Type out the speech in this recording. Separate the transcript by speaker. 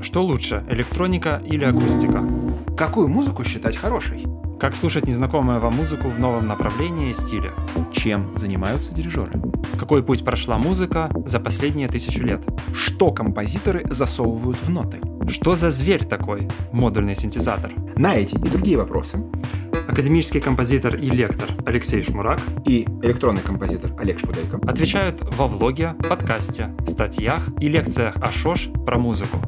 Speaker 1: Что лучше, электроника или акустика?
Speaker 2: Какую музыку считать хорошей?
Speaker 1: Как слушать незнакомую вам музыку в новом направлении и стиле?
Speaker 2: Чем занимаются дирижеры?
Speaker 1: Какой путь прошла музыка за последние тысячу лет?
Speaker 2: Что композиторы засовывают в ноты?
Speaker 1: Что за зверь такой? Модульный синтезатор.
Speaker 2: На эти и другие вопросы
Speaker 1: академический композитор и лектор Алексей Шмурак
Speaker 2: и электронный композитор Олег Шпудейко
Speaker 1: отвечают во влоге, подкасте, статьях и лекциях о ШОШ про музыку.